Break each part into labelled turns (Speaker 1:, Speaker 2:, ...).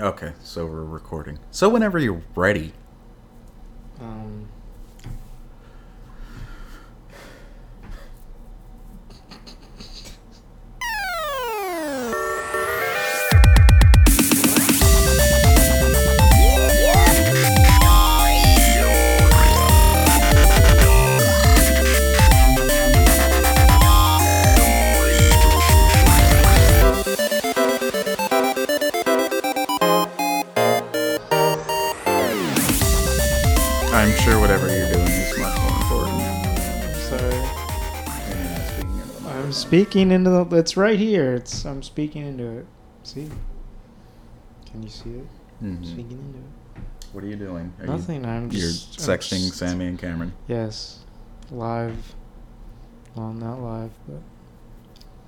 Speaker 1: Okay, so we're recording. So whenever you're ready,
Speaker 2: Um.
Speaker 1: I'm sure whatever you're doing is much more important.
Speaker 2: Sorry.
Speaker 1: Yeah, speaking of the-
Speaker 2: I'm speaking into the. It's right here. It's. I'm speaking into it. See. Can you see it? I'm
Speaker 1: Mhm.
Speaker 2: Speaking into it.
Speaker 1: What are you doing? Are you-
Speaker 2: Mm-hmm. Nothing. I'm
Speaker 1: You're
Speaker 2: just. I'm
Speaker 1: sexting
Speaker 2: just-
Speaker 1: Sammy and Cameron.
Speaker 2: Yes. Live. Well, not live, but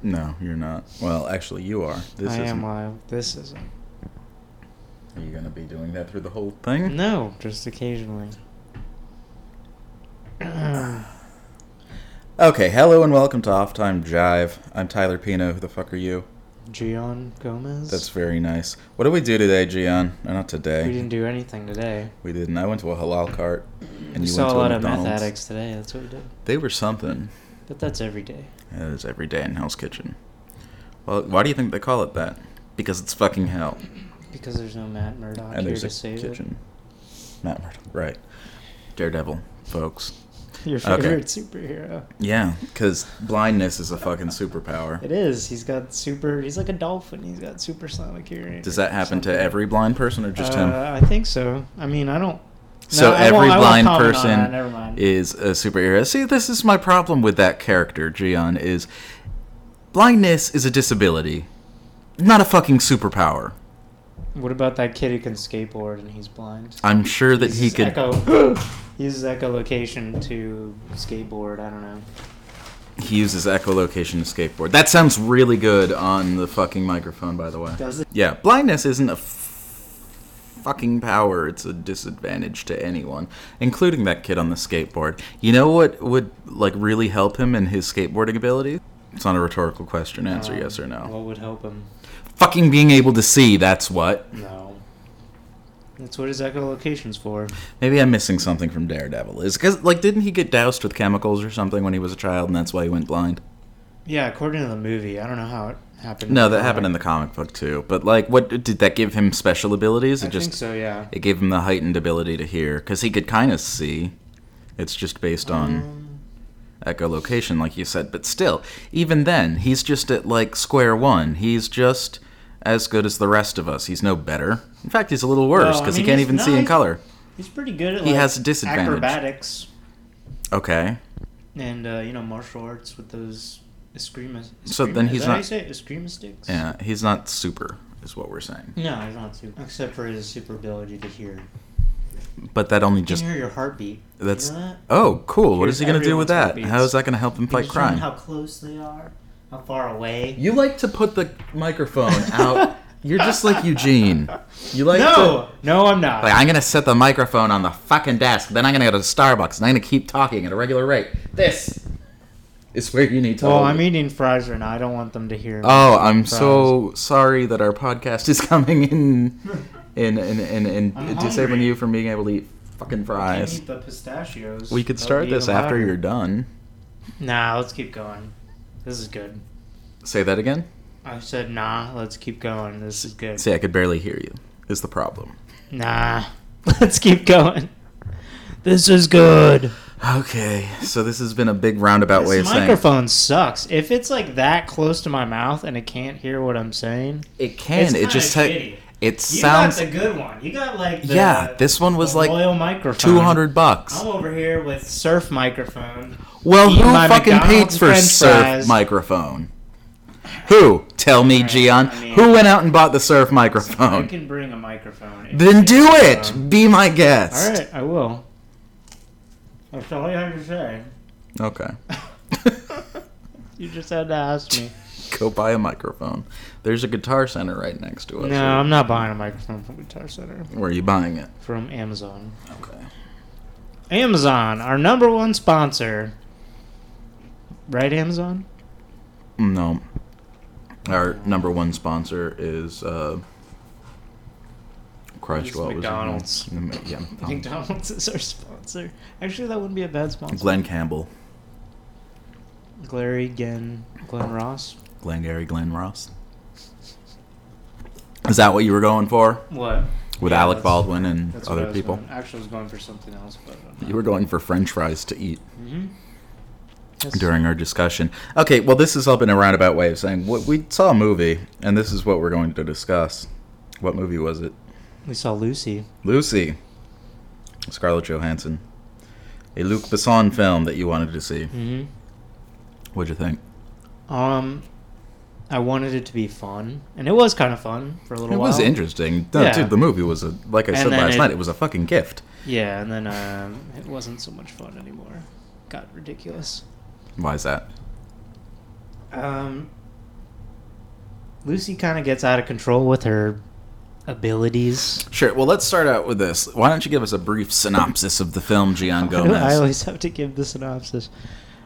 Speaker 1: No, you're not. Well, actually, you are. This
Speaker 2: I
Speaker 1: is.
Speaker 2: am live. This isn't.
Speaker 1: Are you gonna be doing that through the whole thing?
Speaker 2: No, just occasionally.
Speaker 1: Okay, hello and welcome to Off Time Jive. I'm Tyler Pino. Who the fuck are you?
Speaker 2: Gian Gomez.
Speaker 1: That's very nice. What did we do today, Gian? Or not today.
Speaker 2: We didn't do anything today.
Speaker 1: We didn't. I went to a halal cart, and
Speaker 2: we
Speaker 1: you
Speaker 2: saw
Speaker 1: went
Speaker 2: a
Speaker 1: to
Speaker 2: lot
Speaker 1: a
Speaker 2: of meth
Speaker 1: McDonald's.
Speaker 2: addicts today. That's what we did.
Speaker 1: They were something.
Speaker 2: But that's every day.
Speaker 1: That is every day in Hell's Kitchen. Well, why do you think they call it that? Because it's fucking hell.
Speaker 2: Because there's no Matt Murdock
Speaker 1: and
Speaker 2: here
Speaker 1: there's
Speaker 2: to
Speaker 1: a
Speaker 2: save
Speaker 1: kitchen. Not Matt Murdock. Right. Daredevil, folks.
Speaker 2: it. Your
Speaker 1: Okay.
Speaker 2: favorite superhero.
Speaker 1: Yeah, because blindness is a fucking superpower.
Speaker 2: It is. He's got super. He's like a dolphin. He's got supersonic hearing.
Speaker 1: Does that happen to
Speaker 2: something.
Speaker 1: every blind person or just
Speaker 2: uh,
Speaker 1: him?
Speaker 2: I think so. I mean, I don't.
Speaker 1: So
Speaker 2: No, I won't-
Speaker 1: every
Speaker 2: I won't
Speaker 1: blind
Speaker 2: comment on
Speaker 1: person
Speaker 2: that. Never mind.
Speaker 1: is a superhero. See, this is my problem with that character, Gian, is blindness is a disability, not a fucking superpower.
Speaker 2: What about that kid who can skateboard and he's blind?
Speaker 1: I'm sure that he
Speaker 2: Uses
Speaker 1: could.
Speaker 2: Echo, he uses echolocation to skateboard. I don't know.
Speaker 1: He uses echolocation to skateboard. That sounds really good on the fucking microphone, by the way.
Speaker 2: Does it?
Speaker 1: Yeah, blindness isn't a f- fucking power. It's a disadvantage to anyone, including that kid on the skateboard. You know what would like really help him in his skateboarding ability? It's not a rhetorical question. Answer
Speaker 2: Um,
Speaker 1: yes or no.
Speaker 2: What would help him?
Speaker 1: Fucking being able to see. That's what.
Speaker 2: No. That's what his echolocation's for.
Speaker 1: Maybe I'm missing something from Daredevil. Is because like didn't he get doused with chemicals or something when he was a child, and that's why he went blind?
Speaker 2: Yeah, according to the movie, I don't know how it happened.
Speaker 1: No, that happened in the comic book too. But like, what did that give him? Special abilities? It
Speaker 2: I
Speaker 1: just
Speaker 2: think so. Yeah.
Speaker 1: it gave him the heightened ability to hear because he could kind of see. It's just based on
Speaker 2: Um,
Speaker 1: echolocation, like you said. But still, even then, he's just at like square one. He's just as good as the rest of us. He's no better. In fact, he's a little worse
Speaker 2: Well, I
Speaker 1: because
Speaker 2: mean,
Speaker 1: he can't
Speaker 2: he's
Speaker 1: even see in
Speaker 2: nice.
Speaker 1: color.
Speaker 2: He's pretty good at
Speaker 1: He
Speaker 2: like,
Speaker 1: has a disadvantage.
Speaker 2: acrobatics
Speaker 1: Okay,
Speaker 2: and uh, you know martial arts with those escrima.
Speaker 1: So
Speaker 2: escrima-
Speaker 1: then
Speaker 2: is
Speaker 1: he's
Speaker 2: that how
Speaker 1: not-
Speaker 2: you say it? escrima sticks.
Speaker 1: yeah, he's not super, is what we're saying.
Speaker 2: No, he's not super. Except for his super ability to hear.
Speaker 1: But that only
Speaker 2: You can
Speaker 1: just
Speaker 2: hear your heartbeat. You
Speaker 1: that's.
Speaker 2: know that?
Speaker 1: Oh, cool. What is he
Speaker 2: Here's
Speaker 1: going to do with that?
Speaker 2: everyone's
Speaker 1: How is that going to help him
Speaker 2: You
Speaker 1: fight
Speaker 2: just learn
Speaker 1: crime?
Speaker 2: How close they are. How far away.
Speaker 1: You like to put the microphone out. You're just like Eugene. You like
Speaker 2: no, no, I'm not.
Speaker 1: to like I'm gonna set the microphone on the fucking desk. Then I'm gonna go to Starbucks and I'm gonna keep talking at a regular rate. This is where you need to.
Speaker 2: well,
Speaker 1: hold
Speaker 2: I'm
Speaker 1: it.
Speaker 2: eating fries right now. I don't want them to hear.
Speaker 1: Oh, I'm so sorry that our podcast is coming in, in, in, in, in
Speaker 2: I'm
Speaker 1: disabling
Speaker 2: hungry.
Speaker 1: you from being able to eat fucking
Speaker 2: I can't
Speaker 1: fries.
Speaker 2: eat the pistachios.
Speaker 1: We could
Speaker 2: That would
Speaker 1: start
Speaker 2: be
Speaker 1: this
Speaker 2: even
Speaker 1: after
Speaker 2: louder.
Speaker 1: you're done.
Speaker 2: Nah, let's keep going. This is good.
Speaker 1: Say that again.
Speaker 2: I said nah. Let's keep going. This is good.
Speaker 1: See, I could barely hear you. Is the problem?
Speaker 2: Nah. Let's keep going. This is good.
Speaker 1: Okay, so this has been a big roundabout way of
Speaker 2: this
Speaker 1: saying
Speaker 2: microphone sucks. If it's like that close to my mouth and it can't hear what I'm saying,
Speaker 1: It can.
Speaker 2: It's
Speaker 1: It
Speaker 2: kinda
Speaker 1: just ta-
Speaker 2: shitty.
Speaker 1: it sounds.
Speaker 2: got the good one. You got like the,
Speaker 1: yeah, this one was
Speaker 2: the
Speaker 1: like
Speaker 2: royal microphone.
Speaker 1: two hundred bucks.
Speaker 2: I'm over here with surf microphone.
Speaker 1: Well, who
Speaker 2: eating my
Speaker 1: fucking
Speaker 2: McDonald's
Speaker 1: paid for
Speaker 2: french
Speaker 1: surf
Speaker 2: fries.
Speaker 1: microphone? Who? Tell me,
Speaker 2: Alright,
Speaker 1: Gian.
Speaker 2: I mean-
Speaker 1: who went out and bought the surf
Speaker 2: I
Speaker 1: microphone?
Speaker 2: can bring a microphone. if
Speaker 1: Then
Speaker 2: you
Speaker 1: do
Speaker 2: want
Speaker 1: it.
Speaker 2: one.
Speaker 1: Be my guest.
Speaker 2: All right, I will. That's all you had to say.
Speaker 1: Okay.
Speaker 2: You just had to ask me.
Speaker 1: Go buy a microphone. There's a guitar center right next to us.
Speaker 2: No, I'm not buying a microphone from Guitar Center.
Speaker 1: Where are you buying it?
Speaker 2: From Amazon.
Speaker 1: Okay.
Speaker 2: Amazon, our number one sponsor. Right, Amazon?
Speaker 1: No. Our number one sponsor is uh, crushed
Speaker 2: It's
Speaker 1: what
Speaker 2: McDonald's.
Speaker 1: was McDonald's. Yeah, McDonald's.
Speaker 2: McDonald's is our sponsor. Actually, that wouldn't be a bad sponsor.
Speaker 1: Glenn Campbell,
Speaker 2: Glary, Glenn, Glenn Ross.
Speaker 1: Glenn Gary, Glenn Ross. Is that what you were going for
Speaker 2: What?
Speaker 1: with
Speaker 2: Yeah,
Speaker 1: Alec
Speaker 2: that's-
Speaker 1: Baldwin and
Speaker 2: That's what I
Speaker 1: other
Speaker 2: was
Speaker 1: people?
Speaker 2: going- Actually, I was going for something else, but I'm not.
Speaker 1: You were going for French fries to eat.
Speaker 2: Mhm. Yes.
Speaker 1: during our discussion. Okay, well, this has all been a roundabout way of saying what we saw a movie, and this is what we're going to discuss. What movie was it?
Speaker 2: We saw Lucy.
Speaker 1: Lucy, Scarlett Johansson, a Luc Besson film that you wanted to see.
Speaker 2: hmm
Speaker 1: What'd you think?
Speaker 2: Um, I wanted it to be fun, and it was kind of fun for a little
Speaker 1: It
Speaker 2: while.
Speaker 1: was interesting. No,
Speaker 2: Yeah.
Speaker 1: dude, the movie was a like I
Speaker 2: And
Speaker 1: said
Speaker 2: then
Speaker 1: last
Speaker 2: it-
Speaker 1: night. It was a fucking gift.
Speaker 2: Yeah, and then um, it wasn't so much fun anymore. Got ridiculous.
Speaker 1: Why is that?
Speaker 2: Um, Lucy kind of gets out of control with her abilities.
Speaker 1: Sure. Well, let's start out with this. Why don't you give us a brief synopsis of the film, Gian
Speaker 2: Why do I
Speaker 1: Gomez?
Speaker 2: always have to give the synopsis.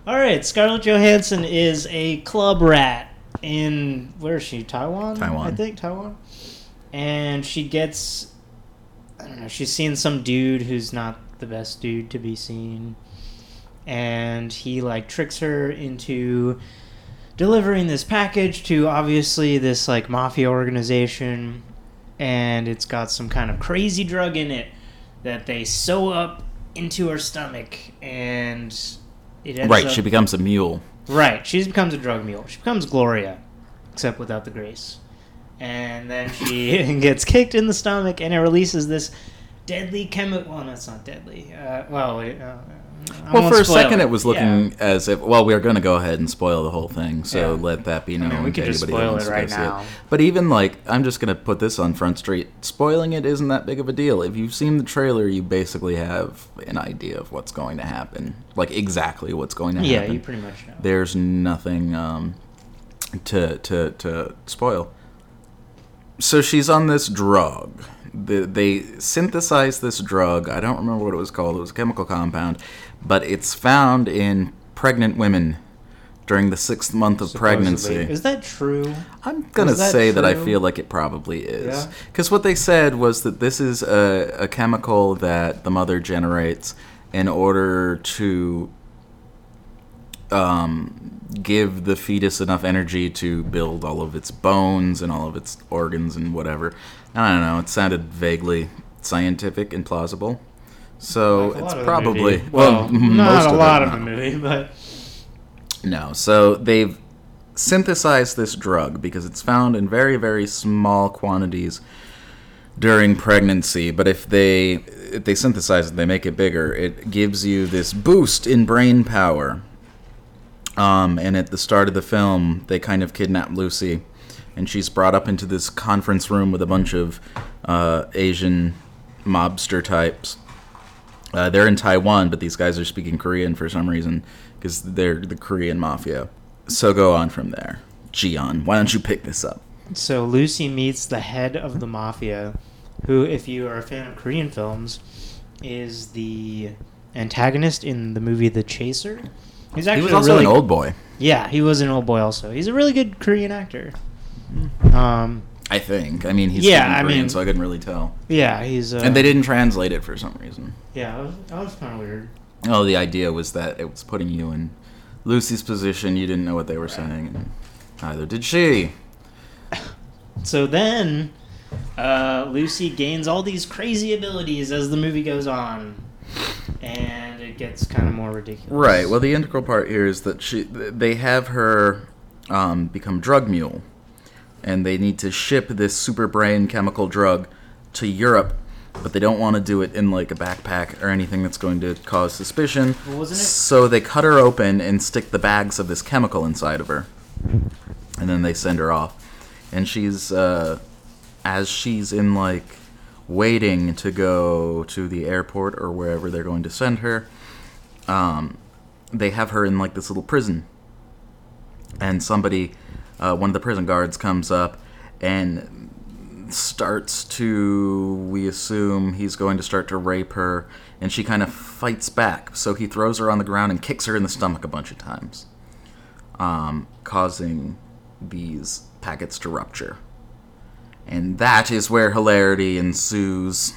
Speaker 2: All right, Scarlett Johansson is a club rat in where is she? Taiwan.
Speaker 1: Taiwan.
Speaker 2: I think Taiwan. And she gets, I don't know. She's seeing some dude who's not the best dude to be seen, and he like tricks her into delivering this package to obviously this like mafia organization, and it's got some kind of crazy drug in it that they sew up into her stomach and it ends
Speaker 1: Right.
Speaker 2: up-
Speaker 1: She becomes a mule.
Speaker 2: right she becomes a drug mule she becomes gloria except without the grace and then she gets kicked in the stomach and it releases this deadly chemical well that's not deadly uh, well it, uh, I
Speaker 1: Well,
Speaker 2: won't
Speaker 1: for a
Speaker 2: spoil
Speaker 1: second, it was looking
Speaker 2: Yeah.
Speaker 1: as if well, we are going to go ahead and spoil the whole thing, so
Speaker 2: Yeah.
Speaker 1: let that be known.
Speaker 2: mean, we could
Speaker 1: to
Speaker 2: just
Speaker 1: anybody that
Speaker 2: spoil
Speaker 1: wants
Speaker 2: it
Speaker 1: to go
Speaker 2: right
Speaker 1: see
Speaker 2: now.
Speaker 1: But even like, I'm just going to put this on Front Street. Spoiling it isn't that big of a deal. If you've seen the trailer, you basically have an idea of what's going to happen, like exactly what's going to
Speaker 2: yeah
Speaker 1: happen.
Speaker 2: you pretty much know
Speaker 1: There's nothing um, to to to spoil. So she's on this drug. The, they synthesize this drug. I don't remember what it was called. It was a chemical compound, but it's found in pregnant women during the sixth month of
Speaker 2: supposedly.
Speaker 1: pregnancy.
Speaker 2: is that true
Speaker 1: I'm gonna
Speaker 2: Is that
Speaker 1: say that I
Speaker 2: true?
Speaker 1: feel like it probably is,
Speaker 2: Yeah.
Speaker 1: because what they said was that this is a, a chemical that the mother generates in order to um, give the fetus enough energy to build all of its bones and all of its organs and whatever. I don't know. It sounded vaguely scientific and plausible, so
Speaker 2: Like
Speaker 1: Oh,
Speaker 2: a
Speaker 1: it's
Speaker 2: lot of the
Speaker 1: probably
Speaker 2: movie. well, not
Speaker 1: most
Speaker 2: a
Speaker 1: it,
Speaker 2: lot of
Speaker 1: no.
Speaker 2: the movie but
Speaker 1: No. So they've synthesized this drug because it's found in very, very small quantities during pregnancy. But if they if they synthesize it, they make it bigger. It gives you this boost in brain power. Um, and at the start of the film, they kind of kidnap Lucy, and she's brought up into this conference room with a bunch of uh, Asian mobster types. Uh, they're in Taiwan, but these guys are speaking Korean for some reason because they're the Korean mafia. So go on from there. Gian, why don't you pick this up?
Speaker 2: So Lucy meets the head of the mafia, who, if you are a fan of Korean films, is the antagonist in the movie The Chaser. He's
Speaker 1: He
Speaker 2: actually
Speaker 1: was
Speaker 2: a
Speaker 1: also
Speaker 2: really
Speaker 1: an old boy,
Speaker 2: yeah. He was an old boy also. He's a really good Korean actor. Um,
Speaker 1: I think. I mean, he's
Speaker 2: Yeah,
Speaker 1: speaking
Speaker 2: I
Speaker 1: Korean,
Speaker 2: mean-
Speaker 1: so I couldn't really tell.
Speaker 2: yeah, he's. Uh,
Speaker 1: and they didn't translate it for some reason.
Speaker 2: Yeah, that was, that was kind of weird.
Speaker 1: Oh, the idea was that it was putting you in Lucy's position. You didn't know what they were saying, and neither did she.
Speaker 2: So then, uh, Lucy gains all these crazy abilities as the movie goes on, and it gets kind of more ridiculous.
Speaker 1: Right. Well, the integral part here is that she th- they have her um, become drug mule, and they need to ship this super brain chemical drug to Europe, but they don't want to do it in like a backpack or anything that's going to cause suspicion.
Speaker 2: Well, wasn't it-
Speaker 1: So they cut her open and stick the bags of this chemical inside of her, and then they send her off, and she's uh, as she's in like waiting to go to the airport or wherever they're going to send her um, they have her in like this little prison, and somebody, uh, one of the prison guards, comes up and starts to. We assume he's going to start to rape her, and she kind of fights back. So he throws her on the ground and kicks her in the stomach a bunch of times, um, causing these packets to rupture. And that is where hilarity ensues.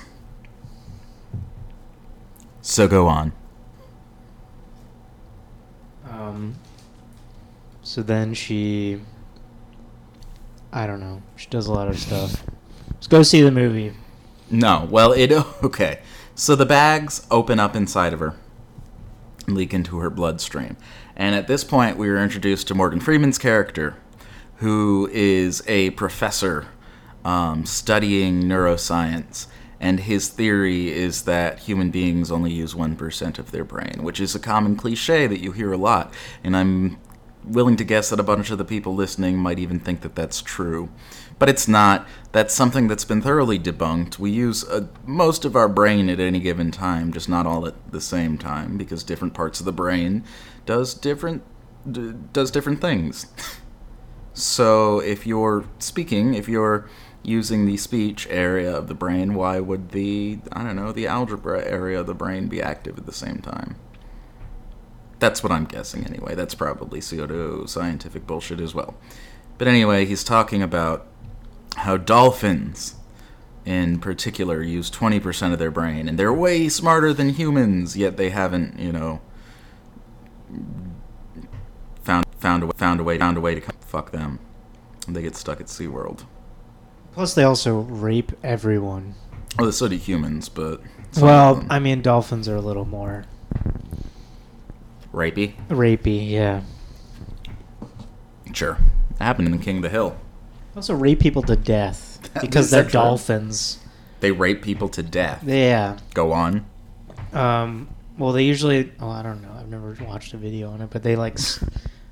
Speaker 1: So go on.
Speaker 2: Um, so then she, I don't know, she does a lot of stuff. Let's go see the movie.
Speaker 1: No, well, it. Okay. So the bags open up inside of her, and leak into her bloodstream. And at this point, we were introduced to Morgan Freeman's character, who is a professor um, studying neuroscience. And his theory is that human beings only use 1% of their brain, which is a common cliche that you hear a lot. And I'm willing to guess that a bunch of the people listening might even think that that's true. But it's not. That's something that's been thoroughly debunked. We use uh most of our brain at any given time, just not all at the same time, because different parts of the brain does different d- does different things. So if you're speaking, if you're using the speech area of the brain, why would the I don't know the algebra area of the brain be active at the same time? That's what I'm guessing anyway. That's probably pseudo scientific bullshit as well. But anyway, he's talking about how dolphins in particular use 20% of their brain and they're way smarter than humans yet they haven't, you know, found found a way found a way found a way to come, fuck them. And they get stuck at SeaWorld.
Speaker 2: Plus, they also rape everyone.
Speaker 1: Well, so do humans, but some of
Speaker 2: well,
Speaker 1: them-
Speaker 2: I mean, dolphins are a little more
Speaker 1: rapey.
Speaker 2: rapey, yeah.
Speaker 1: Sure. It happened in the King of the Hill.
Speaker 2: They also rape people to death
Speaker 1: That
Speaker 2: because
Speaker 1: is
Speaker 2: they're
Speaker 1: actually-
Speaker 2: dolphins.
Speaker 1: They rape people to death.
Speaker 2: Yeah.
Speaker 1: Go on.
Speaker 2: Um, well, they usually. Oh, I don't know. I've never watched a video on it, but they like. s-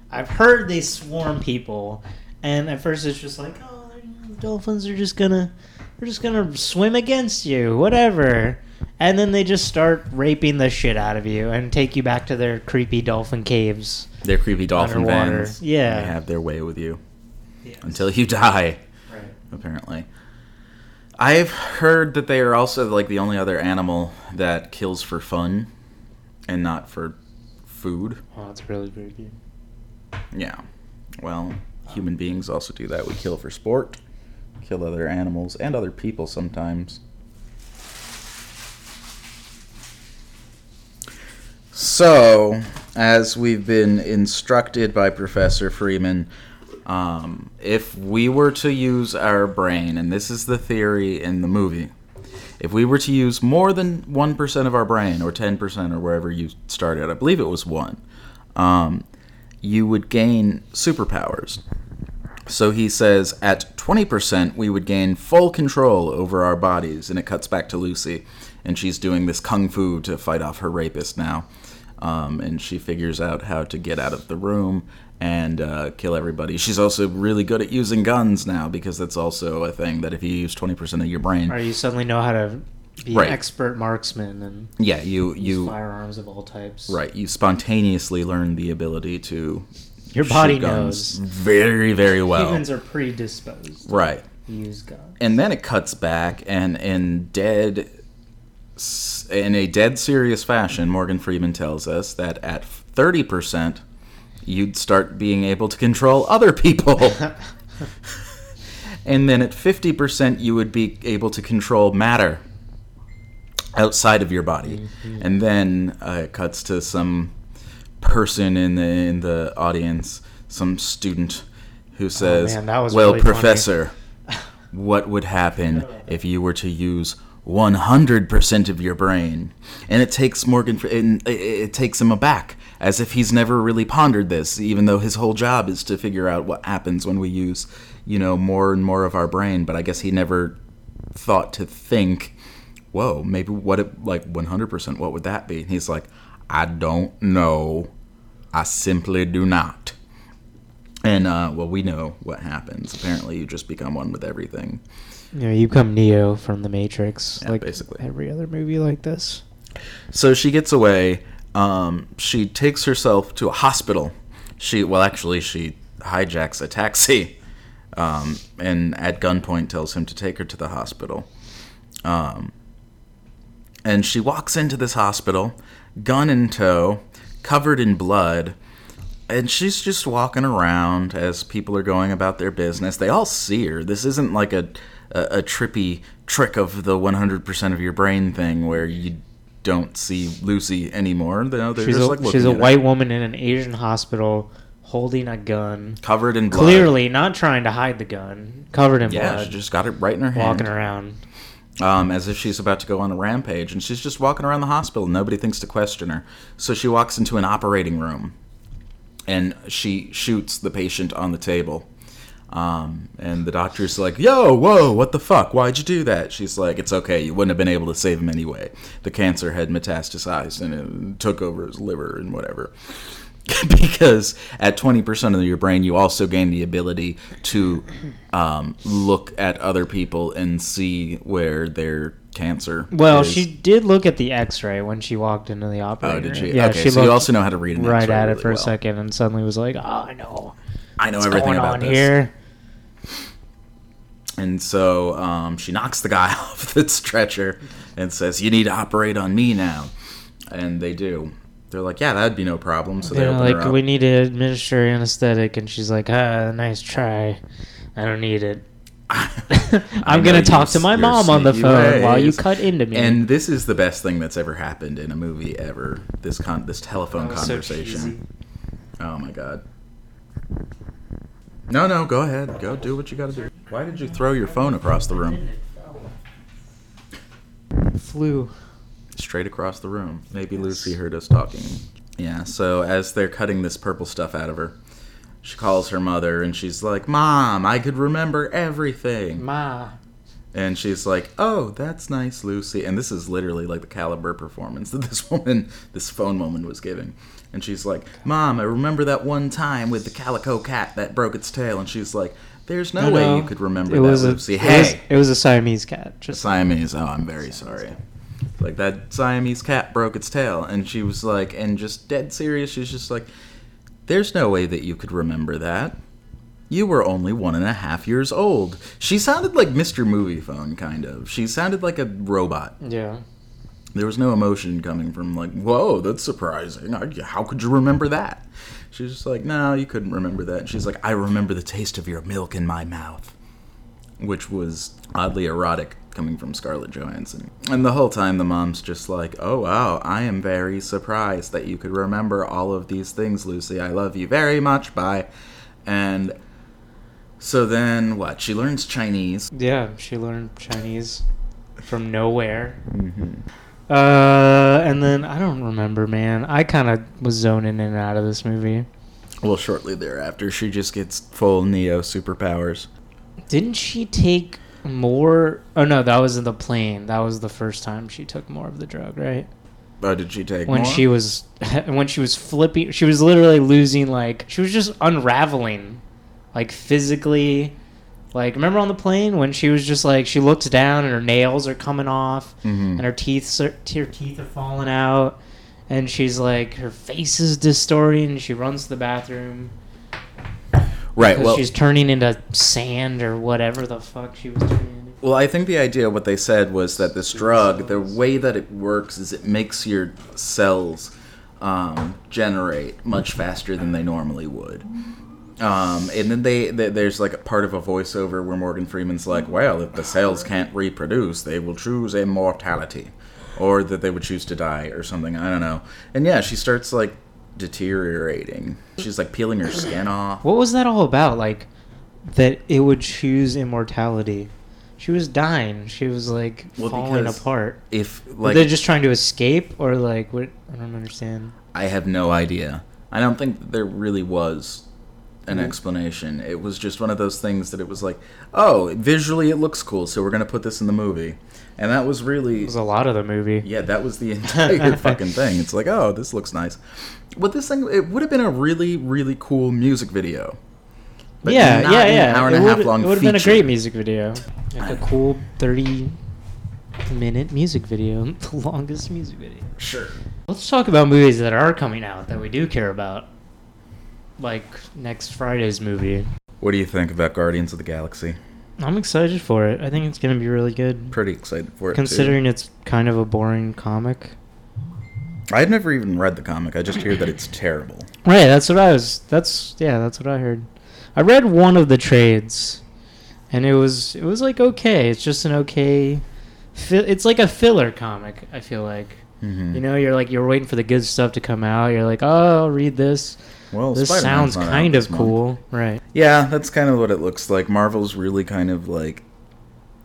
Speaker 2: I've heard they swarm people, and at first it's just like, oh, they're- dolphins are just gonna, they're just gonna swim against you, whatever. And then they just start raping the shit out of you and take you back to their creepy dolphin caves.
Speaker 1: They're creepy dolphin
Speaker 2: Underwater.
Speaker 1: fans.
Speaker 2: Yeah.
Speaker 1: They have their way with you
Speaker 2: Yeah.
Speaker 1: until you die,
Speaker 2: Right.
Speaker 1: apparently. I've heard that they are also like the only other animal that kills for fun and not for food.
Speaker 2: Oh, it's really creepy.
Speaker 1: Yeah. Well, human beings also do that. We kill for sport, kill other animals and other people sometimes. So, as we've been instructed by Professor Freeman, um, if we were to use our brain, and this is the theory in the movie, if we were to use more than 1% of our brain, or 10%, or wherever you started, I believe it was 1, um, you would gain superpowers. So he says at 20%, we would gain full control over our bodies. And it cuts back to Lucy, and she's doing this kung fu to fight off her rapist now. Um, and she figures out how to get out of the room and uh, kill everybody. She's also really good at using guns now because that's also a thing that if you use 20% of your brain,
Speaker 2: Or you suddenly know how to be
Speaker 1: Right.
Speaker 2: an expert marksman and
Speaker 1: yeah, you
Speaker 2: use
Speaker 1: you
Speaker 2: firearms of all types.
Speaker 1: right you spontaneously learn the ability to
Speaker 2: Your
Speaker 1: shoot
Speaker 2: body
Speaker 1: guns
Speaker 2: knows.
Speaker 1: very very well.
Speaker 2: Humans are predisposed.
Speaker 1: right.
Speaker 2: to Use guns.
Speaker 1: and then it cuts back and in dead s- in a dead serious fashion morgan freeman tells us that at 30% you'd start being able to control other people and then at 50% you would be able to control matter outside of your body
Speaker 2: Mm-hmm.
Speaker 1: and then uh, it cuts to some person in the in the audience some student who says
Speaker 2: Oh, man, that was
Speaker 1: well
Speaker 2: really funny."
Speaker 1: professor what would happen if you were to use 100% of your brain and it takes morgan Fre- and it, it takes him aback as if he's never really pondered this even though his whole job is to figure out what happens when we use you know more and more of our brain but i guess he never thought to think whoa maybe what it like 100% what would that be and he's like i don't know i simply do not and uh, well, we know what happens. Apparently, you just become one with everything.
Speaker 2: You know, you become Neo from The Matrix,
Speaker 1: Yeah,
Speaker 2: like
Speaker 1: basically.
Speaker 2: every other movie like this.
Speaker 1: So she gets away. Um, she takes herself to a hospital. She well, actually, she hijacks a taxi, um, and at gunpoint tells him to take her to the hospital. Um, and she walks into this hospital, gun in tow, covered in blood, And she's just walking around as people are going about their business. They all see her. This isn't like a a, a trippy trick of the 100% of your brain thing where you don't see Lucy anymore. No, they're
Speaker 2: She's a,
Speaker 1: just like looking
Speaker 2: she's a
Speaker 1: at her.
Speaker 2: white woman in an Asian hospital holding a gun.
Speaker 1: covered in blood.
Speaker 2: Clearly not trying to hide the gun. Covered in
Speaker 1: Yeah, she
Speaker 2: blood.
Speaker 1: just got it right in her hand.
Speaker 2: Walking around.
Speaker 1: um, as if she's about to go on a rampage, and she's just walking around the hospital. Nobody thinks to question her, so she walks into an operating room, and she shoots the patient on the table. Um, and the doctor's like, "Yo, whoa, what the fuck? Why'd you do that?" She's like, "It's okay. You wouldn't have been able to save him anyway. The cancer had metastasized and it took over his liver and whatever." because at 20% of your brain, you also gain the ability to um, look at other people and see where their cancer.
Speaker 2: Well,
Speaker 1: is.
Speaker 2: she did look at the X-ray when she walked into the operating
Speaker 1: Oh, did
Speaker 2: room.
Speaker 1: she?
Speaker 2: Yeah,
Speaker 1: okay,
Speaker 2: she
Speaker 1: so
Speaker 2: looked
Speaker 1: you also know how to read an
Speaker 2: right
Speaker 1: X-ray
Speaker 2: at it
Speaker 1: really
Speaker 2: for a
Speaker 1: well.
Speaker 2: second, and suddenly was like, "Oh, I know
Speaker 1: I know
Speaker 2: what's
Speaker 1: everything
Speaker 2: going
Speaker 1: about
Speaker 2: on
Speaker 1: this.
Speaker 2: here."
Speaker 1: And so um, she knocks the guy off the stretcher and says, "You need to operate on me now." And they do. They're like, "Yeah, that'd be no problem." So they
Speaker 2: They're
Speaker 1: open her
Speaker 2: like,
Speaker 1: up.
Speaker 2: "We need to administer anesthetic," and she's like, "Ah, nice try. I don't need it. I'm
Speaker 1: know
Speaker 2: gonna
Speaker 1: you
Speaker 2: talk to my
Speaker 1: s- your
Speaker 2: mom on the phone while you
Speaker 1: CUAs.
Speaker 2: cut into me."
Speaker 1: And this is the best thing that's ever happened in a movie ever. This con- this telephone conversation. oh my god. No, no, go ahead. Go do what you gotta do. Why did you throw your phone across the room?
Speaker 2: Flew.
Speaker 1: Straight across the room. Maybe Lucy heard us talking. Yeah, so as they're cutting this purple stuff out of her, she calls her mother and she's like, Mom, I could remember everything.
Speaker 2: Ma.
Speaker 1: And she's like, "Oh, that's nice, Lucy." And this is literally like the caliber performance that this woman, this phone woman, was giving. And she's like, "Mom, I remember that one time with the calico cat that broke its tail." And she's like, "There's no, way you could remember that,
Speaker 2: was a,
Speaker 1: Lucy."
Speaker 2: it
Speaker 1: hey,
Speaker 2: was- it was a Siamese cat. Just
Speaker 1: Siamese. Oh, I'm very sorry. Like that Siamese cat broke its tail, and she was like, and just dead serious. She's just like, "There's no way that you could remember that." You were only one and a half years old. She sounded like Mr. Movie Phone, kind of. She sounded like a robot.
Speaker 2: yeah.
Speaker 1: There was no emotion coming from, like, whoa, that's surprising. I- How could you remember that? She's just like, no, you couldn't remember that. And she's like, I remember the taste of your milk in my mouth. Which was oddly erotic coming from Scarlett Johansson. And the whole time, the mom's just like, oh, wow, I am very surprised that you could remember all of these things, Lucy. I love you very much. Bye. And so then what? She learns Chinese.
Speaker 2: Yeah, she learned Chinese from nowhere. Uh, and then I don't remember, man. I kind of was zoning in and out of this movie.
Speaker 1: Well, shortly thereafter, she just gets full Neo superpowers.
Speaker 2: Didn't she take more? Oh no, that was in the plane. That was the first time she took more of the drug, right?
Speaker 1: Oh, did she take
Speaker 2: When
Speaker 1: more?
Speaker 2: she was when she was flipping, she was literally losing like she was just unraveling, like physically. Like remember on the plane when she was just like she looked down and her nails are coming off.
Speaker 1: Mhm.
Speaker 2: and her teeth her teeth are falling out and she's like her face is distorting and she runs to the bathroom
Speaker 1: right.
Speaker 2: because
Speaker 1: Well,
Speaker 2: she's turning into sand or whatever the fuck she was turning
Speaker 1: well, I think the idea what they said was that this drug, the way that it works is it makes your cells um, generate much faster than they normally would. Um, and then they, th there's like a part of a voiceover where Morgan Freeman's like, "Well, if the cells can't reproduce, they will choose immortality, or that they would choose to die, or something. I don't know." And yeah, she starts like deteriorating. She's like peeling her skin off.
Speaker 2: what was that all about like that it would choose immortality she was dying she was like
Speaker 1: Well,
Speaker 2: falling
Speaker 1: because,
Speaker 2: apart
Speaker 1: If
Speaker 2: like,
Speaker 1: like
Speaker 2: they're just trying to escape or like what i don't understand
Speaker 1: I have no idea. I don't think that there really was an
Speaker 2: Mm-hmm.
Speaker 1: explanation. It was just one of those things that it was like, oh, visually it looks cool, so we're gonna put this in the movie, and that was
Speaker 2: it
Speaker 1: really
Speaker 2: was a lot of the movie
Speaker 1: yeah, that was the entire fucking thing. It's like, oh, this looks nice. But this thing, it would have been a really, really cool music video. But
Speaker 2: yeah,
Speaker 1: not
Speaker 2: yeah,
Speaker 1: an
Speaker 2: yeah.
Speaker 1: hour and
Speaker 2: it
Speaker 1: a half
Speaker 2: would-
Speaker 1: long
Speaker 2: It would have been a
Speaker 1: feature.
Speaker 2: great music video, like a
Speaker 1: I-
Speaker 2: cool thirty-minute music video, the longest music video.
Speaker 1: Sure.
Speaker 2: Let's talk about movies that are coming out that we do care about, like next Friday's movie.
Speaker 1: What do you think about Guardians of the Galaxy?
Speaker 2: I'm excited for it. I think it's gonna be really good,
Speaker 1: Pretty excited for it. too.
Speaker 2: considering it's kind of a boring comic.
Speaker 1: I've never even read the comic. I just hear that it's terrible.
Speaker 2: Right, that's what I was. That's yeah, that's what I heard. I read one of the trades, and it was it was like okay. It's just an okay. fi- It's like a filler comic. I feel like
Speaker 1: Mm-hmm.
Speaker 2: you know you're like you're waiting for the good stuff to come out. You're like oh, I'll read this.
Speaker 1: well,
Speaker 2: this
Speaker 1: Spider-Man's
Speaker 2: sounds
Speaker 1: not out
Speaker 2: kind
Speaker 1: this
Speaker 2: of
Speaker 1: month.
Speaker 2: cool, right?
Speaker 1: Yeah, that's kind of what it looks like. Marvel's really kind of like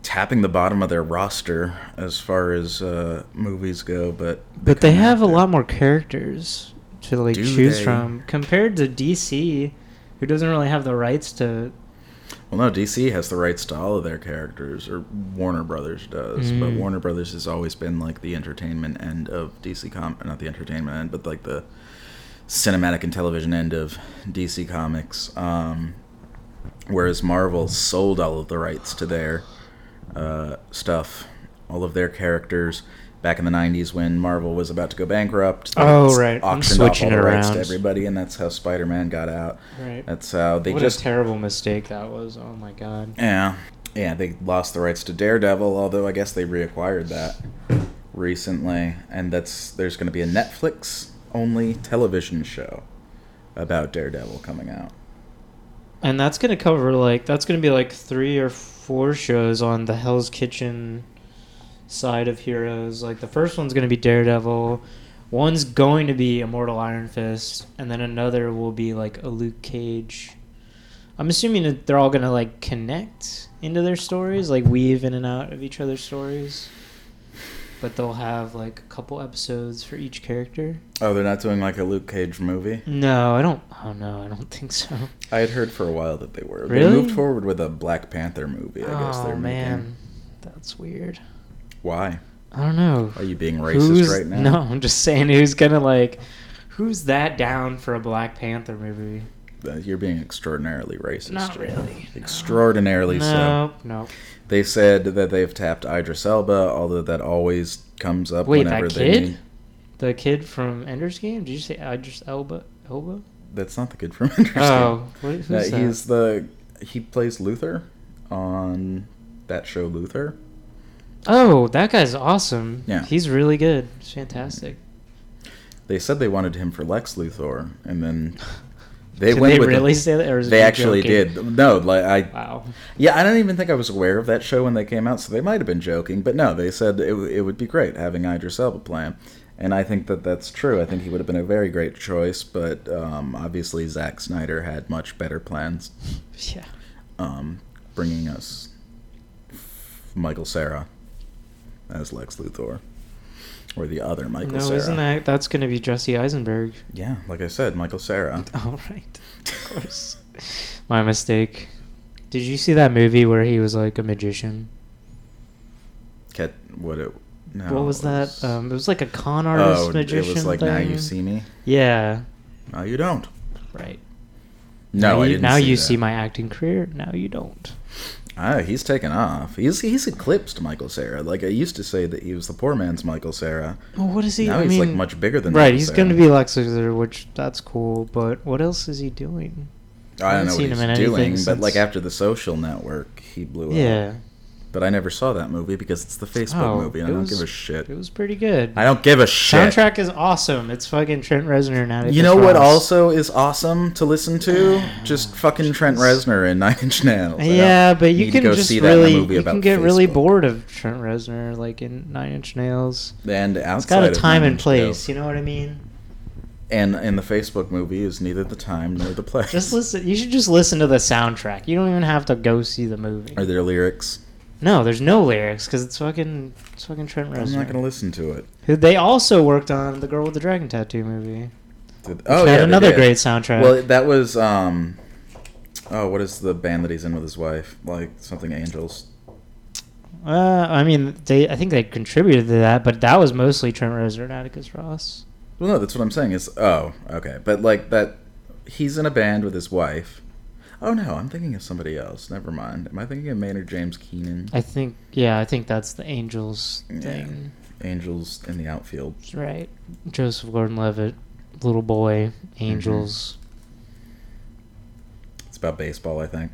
Speaker 1: tapping the bottom of their roster as far as uh, movies go, but
Speaker 2: But they
Speaker 1: kinda
Speaker 2: have a
Speaker 1: to-
Speaker 2: lot more characters to like
Speaker 1: Do
Speaker 2: choose
Speaker 1: they?
Speaker 2: from compared to DC, who doesn't really have the rights to
Speaker 1: Well, no, DC has the rights to all of their characters, or Warner Brothers does. But
Speaker 2: Mm.
Speaker 1: Warner Brothers has always been like the entertainment end of DC com, not the entertainment end, but like the cinematic and television end of DC Comics. Um, whereas Marvel sold all of the rights to their uh, stuff, all of their characters. Back in the '90s, when Marvel was about to go bankrupt, they
Speaker 2: Oh,
Speaker 1: s-
Speaker 2: right. I'm
Speaker 1: auctioned off all
Speaker 2: switching
Speaker 1: the
Speaker 2: it
Speaker 1: rights
Speaker 2: around.
Speaker 1: to everybody, and that's how Spider-Man got out.
Speaker 2: right.
Speaker 1: That's how they
Speaker 2: what
Speaker 1: just Eh.
Speaker 2: a terrible mistake that was. Oh my god.
Speaker 1: yeah. Yeah, they lost the rights to Daredevil, although I guess they reacquired that recently. And that's there's going to be a Netflix only television show about Daredevil coming out.
Speaker 2: And that's gonna cover like that's gonna be like three or four shows on the Hell's Kitchen side of heroes. Like the first one's gonna be Daredevil, one's going to be Immortal Iron Fist, and then another will be like a Luke Cage. I'm assuming that they're all gonna like connect into their stories, like weave in and out of each other's stories. But they'll have like a couple episodes for each character.
Speaker 1: Oh, they're not doing like a Luke Cage movie?
Speaker 2: No, I don't. Oh no, I don't think so.
Speaker 1: I had heard for a while that they were. They
Speaker 2: Really?
Speaker 1: moved forward with a Black Panther movie, I guess they're making.
Speaker 2: Oh, that's weird.
Speaker 1: Why?
Speaker 2: I don't know.
Speaker 1: Are you being racist
Speaker 2: Who's-
Speaker 1: right now?
Speaker 2: No, I'm just saying who's gonna like, who's that down for a Black Panther movie?
Speaker 1: Uh, You're being extraordinarily racist.
Speaker 2: Not really. no.
Speaker 1: Extraordinarily so.
Speaker 2: No, no.
Speaker 1: They said that they've tapped Idris Elba, although that always comes up
Speaker 2: Wait,
Speaker 1: whenever
Speaker 2: that
Speaker 1: they
Speaker 2: kid?
Speaker 1: need-
Speaker 2: The kid from Ender's Game. Did you say Idris Elba? Elba?
Speaker 1: That's not the kid from Ender's
Speaker 2: Oh, what,
Speaker 1: Game.
Speaker 2: who's
Speaker 1: No,
Speaker 2: that?
Speaker 1: he's the he plays Luther on that show Luther.
Speaker 2: oh, that guy's awesome.
Speaker 1: Yeah.
Speaker 2: he's really good. He's fantastic.
Speaker 1: They said they wanted him for Lex Luthor, and then they
Speaker 2: Did
Speaker 1: went
Speaker 2: they
Speaker 1: with
Speaker 2: really
Speaker 1: it.
Speaker 2: say that? Or is
Speaker 1: They
Speaker 2: he
Speaker 1: actually
Speaker 2: joking?
Speaker 1: did. No, like I
Speaker 2: Wow.
Speaker 1: yeah, I don't even think I was aware of that show when they came out, so they might have been joking. But no, they said it, w- it would be great having Idris Elba play him. And I think that that's true. I think he would have been a very great choice, but um, obviously Zack Snyder had much better plans,
Speaker 2: Yeah.
Speaker 1: um, bringing us Michael Sarah as Lex Luthor, or the other Michael
Speaker 2: no,
Speaker 1: Sarah.
Speaker 2: isn't that that's gonna be Jesse Eisenberg?
Speaker 1: Yeah, like I said, Michael Sarah.
Speaker 2: All right, of course. My mistake. Did you see that movie where he was like a magician?
Speaker 1: Cat, what it? No,
Speaker 2: what was
Speaker 1: it
Speaker 2: that? Um, it was like a con artist
Speaker 1: oh,
Speaker 2: magician.
Speaker 1: it was like now you
Speaker 2: thing.
Speaker 1: see me,
Speaker 2: Yeah,
Speaker 1: now you don't.
Speaker 2: right.
Speaker 1: No,
Speaker 2: now
Speaker 1: I
Speaker 2: you,
Speaker 1: didn't.
Speaker 2: now
Speaker 1: see
Speaker 2: you
Speaker 1: that.
Speaker 2: see my acting career. Now you don't.
Speaker 1: Ah, he's taken off. He's he's eclipsed Michael Sarah. Like I used to say that he was the poor man's Michael Sarah.
Speaker 2: Well, what is he?
Speaker 1: now
Speaker 2: I
Speaker 1: he's
Speaker 2: mean,
Speaker 1: like much bigger than
Speaker 2: right.
Speaker 1: Michael
Speaker 2: He's
Speaker 1: Cera.
Speaker 2: going to be Lex Luthor, which that's cool. But what else is he doing?
Speaker 1: I don't
Speaker 2: haven't
Speaker 1: know
Speaker 2: seen him
Speaker 1: what
Speaker 2: in
Speaker 1: he's
Speaker 2: anything
Speaker 1: doing, but
Speaker 2: since-
Speaker 1: like after the Social Network, he blew up.
Speaker 2: yeah,
Speaker 1: But I never saw that movie because it's the Facebook
Speaker 2: Oh,
Speaker 1: movie,
Speaker 2: it
Speaker 1: and I don't
Speaker 2: was-
Speaker 1: give a shit.
Speaker 2: it was pretty good.
Speaker 1: I don't give a shit.
Speaker 2: Soundtrack is awesome. It's fucking Trent Reznor now.
Speaker 1: You know what also is awesome to listen to? Just fucking Trent Reznor and Nine Inch Nails. I don't
Speaker 2: Yeah, but
Speaker 1: Oh, need
Speaker 2: you
Speaker 1: to
Speaker 2: can
Speaker 1: go
Speaker 2: just
Speaker 1: see that in a
Speaker 2: really
Speaker 1: movie
Speaker 2: you
Speaker 1: about
Speaker 2: can get really
Speaker 1: Facebook.
Speaker 2: bored of Trent Reznor, like in Nine Inch Nails.
Speaker 1: And outside
Speaker 2: It's got a
Speaker 1: of
Speaker 2: time
Speaker 1: Nine
Speaker 2: and
Speaker 1: Inch
Speaker 2: place.
Speaker 1: Nails.
Speaker 2: You know what I mean?
Speaker 1: And and the Facebook movie is neither the time nor the place.
Speaker 2: Just listen. You should just listen to the soundtrack. You don't even have to go see the movie.
Speaker 1: Are there lyrics?
Speaker 2: No, there's no lyrics because it's fucking it's fucking Trent
Speaker 1: I'm
Speaker 2: Reznor.
Speaker 1: not gonna listen to it.
Speaker 2: Who they also worked on the Girl with the Dragon Tattoo movie.
Speaker 1: Did- oh,
Speaker 2: Which had
Speaker 1: they
Speaker 2: another
Speaker 1: did.
Speaker 2: great soundtrack.
Speaker 1: Well, that was um, oh, what is the band that he's in with his wife? Like something Angels.
Speaker 2: uh, I mean, they I think they contributed to that, but that was mostly Trent Reznor and Atticus Ross.
Speaker 1: Well, no, that's what I'm saying. Is oh, okay, but like that, he's in a band with his wife. Oh no, I'm thinking of somebody else. Never mind. Am I thinking of Maynard James Keenan?
Speaker 2: I think yeah, I think that's the Angels
Speaker 1: Hmm. Yeah.
Speaker 2: thing.
Speaker 1: Angels in the outfield.
Speaker 2: Right. Joseph Gordon Levitt, Little
Speaker 1: Mm-hmm.
Speaker 2: Boy, Angels.
Speaker 1: It's about baseball, I think.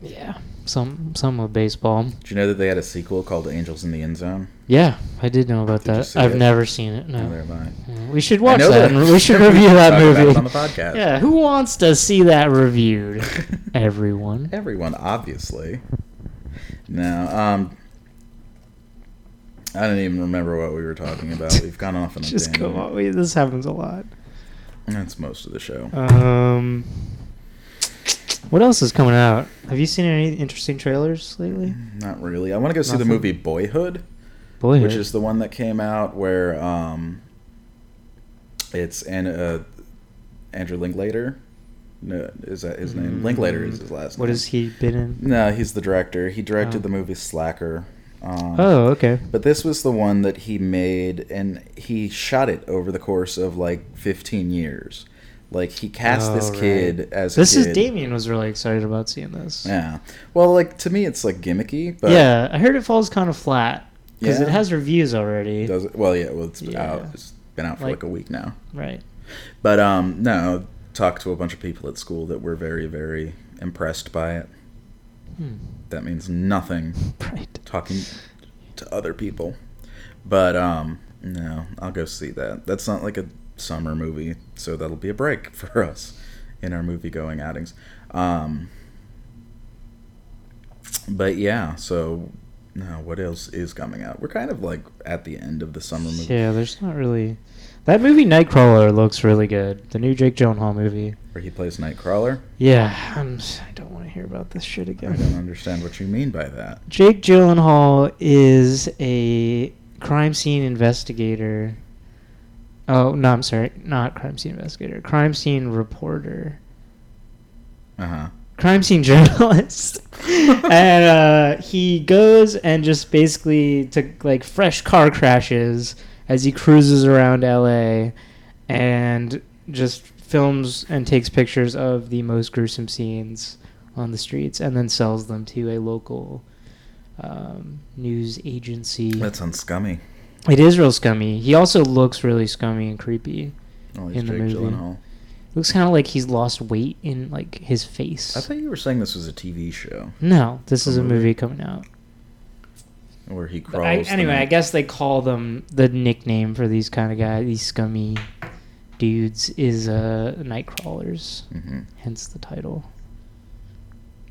Speaker 2: Yeah. Some some with baseball.
Speaker 1: Did you know that they had a sequel called Angels in the End Zone?
Speaker 2: Yeah, I did know about
Speaker 1: Did you
Speaker 2: that.
Speaker 1: see
Speaker 2: I've
Speaker 1: it?
Speaker 2: never seen it. No.
Speaker 1: Neither have I.
Speaker 2: Yeah, We should
Speaker 1: I
Speaker 2: watch
Speaker 1: know
Speaker 2: that.
Speaker 1: that-
Speaker 2: and we should
Speaker 1: we
Speaker 2: review
Speaker 1: should
Speaker 2: that
Speaker 1: talk about it
Speaker 2: movie
Speaker 1: on the podcast.
Speaker 2: Yeah, who wants to see that reviewed? Everyone.
Speaker 1: Everyone, obviously. No, um, I don't even remember what we were talking about. We've gone off on a
Speaker 2: Just
Speaker 1: tangent.
Speaker 2: go on. We- This happens a lot.
Speaker 1: That's most of the show.
Speaker 2: Um, what else is coming out? Have you seen any interesting trailers lately?
Speaker 1: Not really. I want to go see the
Speaker 2: Nothing.
Speaker 1: movie Boyhood,
Speaker 2: Boyhood.
Speaker 1: which is the one that came out where um, it's an uh, Andrew Linklater. No, is that uh, his
Speaker 2: Mm.
Speaker 1: name? Linklater is his last
Speaker 2: What
Speaker 1: name.
Speaker 2: has he been in?
Speaker 1: No, he's the director. He directed
Speaker 2: Oh.
Speaker 1: the movie Slacker. Um,
Speaker 2: Oh, okay.
Speaker 1: But this was the one that he made, and he shot it over the course of like 15 years. Like he cast
Speaker 2: Oh,
Speaker 1: this
Speaker 2: right.
Speaker 1: kid as a
Speaker 2: This is
Speaker 1: kid.
Speaker 2: Damien was really excited about seeing this.
Speaker 1: Yeah. Well, like to me, it's like gimmicky, but
Speaker 2: yeah, I heard it falls kind of flat because it
Speaker 1: Yeah.
Speaker 2: has reviews already.
Speaker 1: it does it? Well, yeah. Well, it's been
Speaker 2: Yeah.
Speaker 1: out. It's been out for like,
Speaker 2: Like-
Speaker 1: a week now.
Speaker 2: Right.
Speaker 1: But um, no, talked to a bunch of people at school that were very, very impressed by it.
Speaker 2: Hmm.
Speaker 1: That means nothing
Speaker 2: Right.
Speaker 1: talking to other people. But um no, I'll go see that. That's not like a summer movie, so that'll be a break for us in our movie going outings. Um But yeah, so no, what else is coming out? We're kind of like at the end of the summer movie.
Speaker 2: Yeah, there's not really. That movie Nightcrawler looks really good. The new Jake Gyllenhaal movie.
Speaker 1: Where he plays Nightcrawler.
Speaker 2: Yeah, I'm, s- I don't want to hear about this shit
Speaker 1: I don't
Speaker 2: again.
Speaker 1: understand what you mean by that.
Speaker 2: Jake Gyllenhaal is a crime scene investigator. Oh no, I'm sorry, not crime scene investigator. Crime scene reporter.
Speaker 1: Uh huh.
Speaker 2: crime scene journalist and uh, he goes and just basically to like fresh car crashes as he cruises around la and just films and takes pictures of the most gruesome scenes on the streets and then sells them to a local um, news agency
Speaker 1: That sounds scummy.
Speaker 2: it is real scummy he also looks really scummy and creepy
Speaker 1: Oh, he's
Speaker 2: In the
Speaker 1: Jake
Speaker 2: movie.
Speaker 1: Gyllenhaal.
Speaker 2: looks kind of like he's lost weight in like his face
Speaker 1: I thought you were saying this was a TV show
Speaker 2: no this is
Speaker 1: A
Speaker 2: a
Speaker 1: movie?
Speaker 2: movie coming out
Speaker 1: where he crawls.
Speaker 2: I,
Speaker 1: the
Speaker 2: anyway, I
Speaker 1: night-
Speaker 2: guess they call them the nickname for these kind of guys, these scummy dudes, is uh, night crawlers.
Speaker 1: Mhm.
Speaker 2: Hence the title.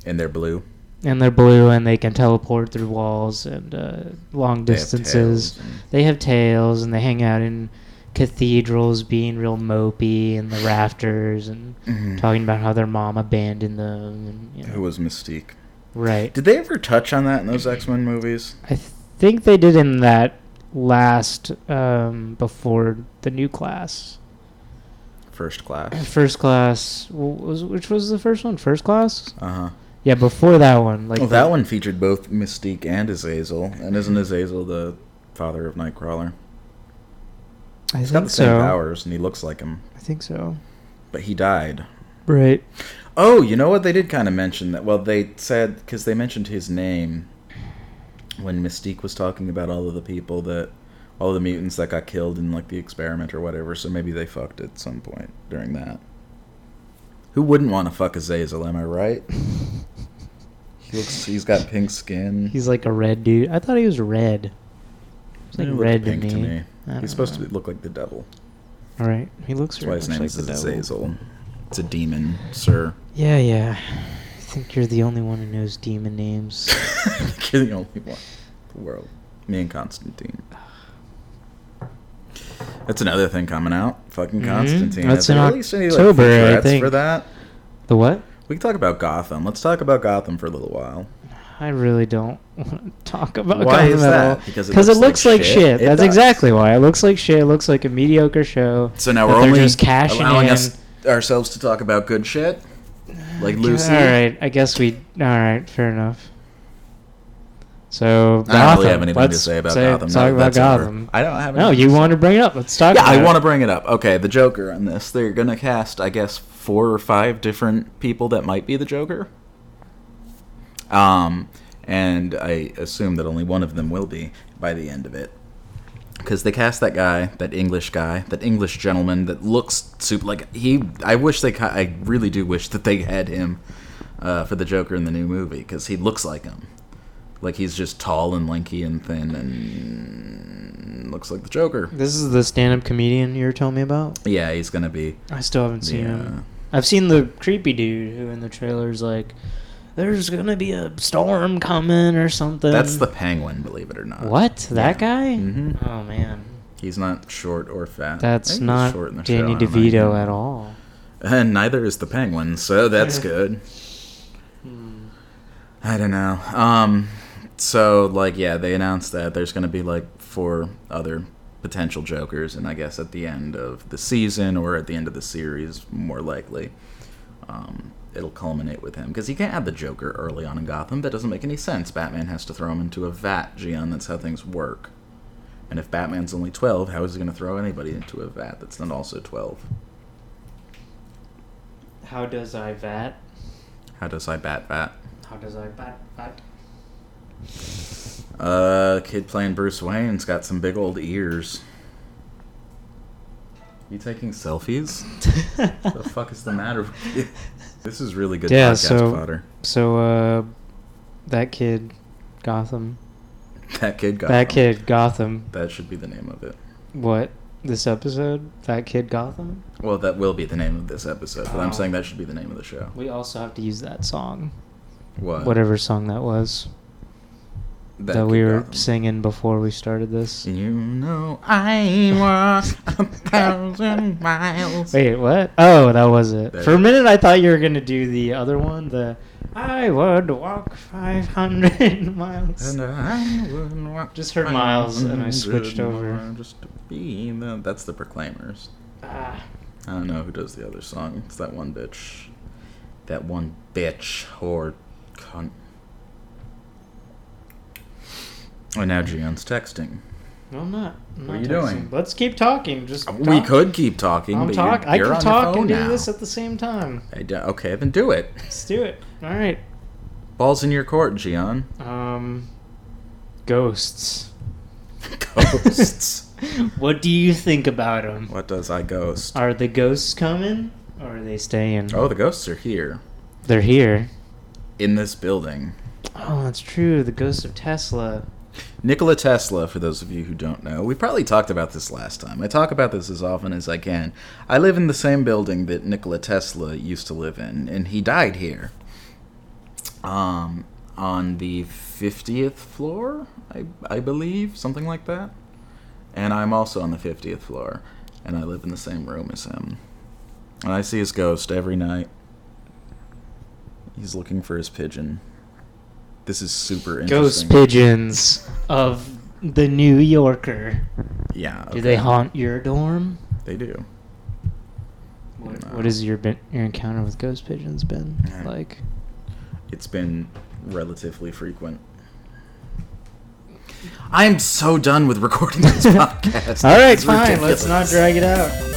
Speaker 1: And they're blue.
Speaker 2: And they're blue, and they can teleport through walls and uh, long
Speaker 1: They have
Speaker 2: distances.
Speaker 1: tails and-
Speaker 2: They have tails, and they hang out in cathedrals, being real mopey in the rafters, and
Speaker 1: Mhm.
Speaker 2: talking about how their mom abandoned them. And, you know.
Speaker 1: Who was Mystique?
Speaker 2: right?
Speaker 1: Did they ever touch on that in those X Men movies?
Speaker 2: I think they did in that last um, before the new class.
Speaker 1: First Class.
Speaker 2: First class wh- was which was the first one? First class?
Speaker 1: Uh huh.
Speaker 2: Yeah, before that one. Like
Speaker 1: well,
Speaker 2: the-
Speaker 1: Oh, that one featured both Mystique and Azazel, and isn't Azazel the father of Nightcrawler?
Speaker 2: I
Speaker 1: He's got
Speaker 2: think
Speaker 1: the same
Speaker 2: so.
Speaker 1: powers, and he looks like him,
Speaker 2: I think so.
Speaker 1: but he died.
Speaker 2: Right.
Speaker 1: Oh, you know what? They did kind of mention that. Well, they said because they mentioned his name when Mystique was talking about all of the people that, all the mutants that got killed in like the experiment or whatever. So maybe they fucked at some point during that. Who wouldn't want to fuck Azazel? Am I right? He looks. He's got pink skin.
Speaker 2: He's like a red dude. I thought he was red. He's
Speaker 1: He
Speaker 2: like
Speaker 1: looked
Speaker 2: red to
Speaker 1: pink
Speaker 2: me. I don't
Speaker 1: He's supposed
Speaker 2: know.
Speaker 1: to be, look like the devil.
Speaker 2: All right. He looks
Speaker 1: That's
Speaker 2: very
Speaker 1: why his
Speaker 2: much
Speaker 1: name
Speaker 2: like
Speaker 1: is
Speaker 2: the devil.
Speaker 1: Azazel. It's a demon, sir.
Speaker 2: Yeah, yeah. I think you're the only one who knows demon names.
Speaker 1: You're the only one in the world. Me and Constantine. That's another thing coming out. Fucking
Speaker 2: Mhm.
Speaker 1: Constantine.
Speaker 2: That's
Speaker 1: Have
Speaker 2: in
Speaker 1: they released any, like,
Speaker 2: October, I
Speaker 1: featurettes
Speaker 2: think.
Speaker 1: For that,
Speaker 2: the what?
Speaker 1: we can talk about Gotham. Let's talk about Gotham for a little while.
Speaker 2: I really don't want to talk about
Speaker 1: Why
Speaker 2: Gotham
Speaker 1: is
Speaker 2: at
Speaker 1: that?
Speaker 2: all.
Speaker 1: Because it
Speaker 2: it
Speaker 1: looks like
Speaker 2: looks like,
Speaker 1: shit.
Speaker 2: shit.
Speaker 1: It
Speaker 2: That's
Speaker 1: does.
Speaker 2: exactly why. It looks like shit. It looks like a mediocre show.
Speaker 1: So now
Speaker 2: that
Speaker 1: we're
Speaker 2: they're
Speaker 1: only
Speaker 2: just cashing
Speaker 1: allowing
Speaker 2: in.
Speaker 1: us ourselves to talk about good shit, like Lucy.
Speaker 2: All right, I guess we. All right, fair enough.
Speaker 1: I
Speaker 2: So
Speaker 1: don't really
Speaker 2: Gotham,
Speaker 1: have anything to
Speaker 2: let's
Speaker 1: say about
Speaker 2: say-
Speaker 1: Gotham.
Speaker 2: Talk
Speaker 1: now that
Speaker 2: about
Speaker 1: that's over.
Speaker 2: Gotham.
Speaker 1: I don't have.
Speaker 2: No,
Speaker 1: anything
Speaker 2: you
Speaker 1: to say.
Speaker 2: want to bring it up. Let's talk.
Speaker 1: Yeah,
Speaker 2: about
Speaker 1: I want to
Speaker 2: it.
Speaker 1: bring it up. Okay, the Joker on this. They're going to cast, I guess, four or five different people that might be the Joker. Um, and I assume that only one of them will be by the end of it. Because they cast that guy, that English guy, that English gentleman that looks super like he. I wish they. ca- I really do wish that they had him uh, for the Joker in the new movie because he looks like him. Like he's just tall and lanky and thin and looks like the Joker.
Speaker 2: This is the stand-up comedian you were telling me about.
Speaker 1: Yeah, he's gonna be. uh,
Speaker 2: I still haven't seen
Speaker 1: Yeah.
Speaker 2: him. I've seen the creepy dude who in the trailer's like, "There's gonna be a storm coming or something."
Speaker 1: That's the Penguin, believe it or not.
Speaker 2: what that guy?
Speaker 1: Mhm.
Speaker 2: Oh man,
Speaker 1: He's not short or fat. I
Speaker 2: that's
Speaker 1: think he's
Speaker 2: not
Speaker 1: short in the
Speaker 2: Danny
Speaker 1: show, I don't know.
Speaker 2: DeVito at all.
Speaker 1: And neither is the Penguin, so that's good. I don't know. Um, so like, yeah, they announced that there's gonna be like four other potential Jokers, and I guess at the end of the season or at the end of the series, more likely, um, it'll culminate with him because you can't have the Joker early on in Gotham. That doesn't make any sense. Batman has to throw him into a vat, Gian. That's how things work. And if Batman's only twelve, how is he gonna throw anybody into a vat that's not also twelve?
Speaker 2: How does I vat?
Speaker 1: How does I bat bat?
Speaker 2: How does I bat bat?
Speaker 1: Uh, kid playing Bruce Wayne's got some big old ears. You taking selfies? the fuck is the matter? with you? This is really good
Speaker 2: Yeah,
Speaker 1: podcast
Speaker 2: so-
Speaker 1: fodder.
Speaker 2: So, uh, that kid, Gotham.
Speaker 1: That kid got
Speaker 2: That
Speaker 1: them.
Speaker 2: kid, Gotham.
Speaker 1: That should be the name of it.
Speaker 2: What? This episode? That kid, Gotham?
Speaker 1: Well, that will be the name of this episode, but
Speaker 2: Oh.
Speaker 1: I'm saying that should be the name of the show.
Speaker 2: We also have to use that song.
Speaker 1: What?
Speaker 2: Whatever song that was that,
Speaker 1: Kid
Speaker 2: we were
Speaker 1: Gotham.
Speaker 2: singing before we started this.
Speaker 1: You know I walk a thousand miles.
Speaker 2: Wait, what? Oh, that was it.
Speaker 1: There
Speaker 2: For
Speaker 1: it
Speaker 2: a
Speaker 1: is.
Speaker 2: minute, I thought you were gonna do the other one. The I would walk five hundred miles.
Speaker 1: And I would walk
Speaker 2: Just heard Miles and I
Speaker 1: 500
Speaker 2: switched over.
Speaker 1: Just to be the, that's the Proclaimers.
Speaker 2: Ah,
Speaker 1: I don't know who does the other song. It's that one bitch. That one bitch whore cunt. Oh, now Gian's texting.
Speaker 2: no, I'm not. I'm
Speaker 1: What are
Speaker 2: not
Speaker 1: you
Speaker 2: texting.
Speaker 1: doing?
Speaker 2: Let's keep talking. Just
Speaker 1: We
Speaker 2: talk.
Speaker 1: could keep talking,
Speaker 2: I'm
Speaker 1: but
Speaker 2: talk.
Speaker 1: you're,
Speaker 2: I
Speaker 1: you're
Speaker 2: can
Speaker 1: on
Speaker 2: talk
Speaker 1: the phone
Speaker 2: and do
Speaker 1: now.
Speaker 2: this at the same time.
Speaker 1: I do- okay, then do it.
Speaker 2: Let's do it. All right.
Speaker 1: Balls in your court, Gian.
Speaker 2: Um, ghosts.
Speaker 1: Oh. Ghosts.
Speaker 2: What do you think about them?
Speaker 1: what does I ghost?
Speaker 2: Are the ghosts coming or are they staying?
Speaker 1: Oh, the ghosts are here
Speaker 2: They're here.
Speaker 1: in this building.
Speaker 2: Oh, that's true. The ghosts of Tesla.
Speaker 1: Nikola Tesla, for those of you who don't know, we probably talked about this last time. I talk about this as often as I can. I live in the same building that Nikola Tesla used to live in, and he died here. Um, on the 50th floor, I, I believe, something like that. And I'm also on the 50th floor, and I live in the same room as him. And I see his ghost every night. He's looking for his pigeon. This is super interesting.
Speaker 2: Ghost pigeons of the New Yorker.
Speaker 1: Yeah.
Speaker 2: Do they
Speaker 1: okay.
Speaker 2: haunt your dorm?
Speaker 1: They do. Uh,
Speaker 2: What,
Speaker 1: No.
Speaker 2: what has your been, your encounter with ghost pigeons been
Speaker 1: Yeah.
Speaker 2: like?
Speaker 1: It's been relatively frequent. I am so done with recording this podcast.
Speaker 2: All right,
Speaker 1: It's
Speaker 2: fine.
Speaker 1: ridiculous.
Speaker 2: Let's not drag it out.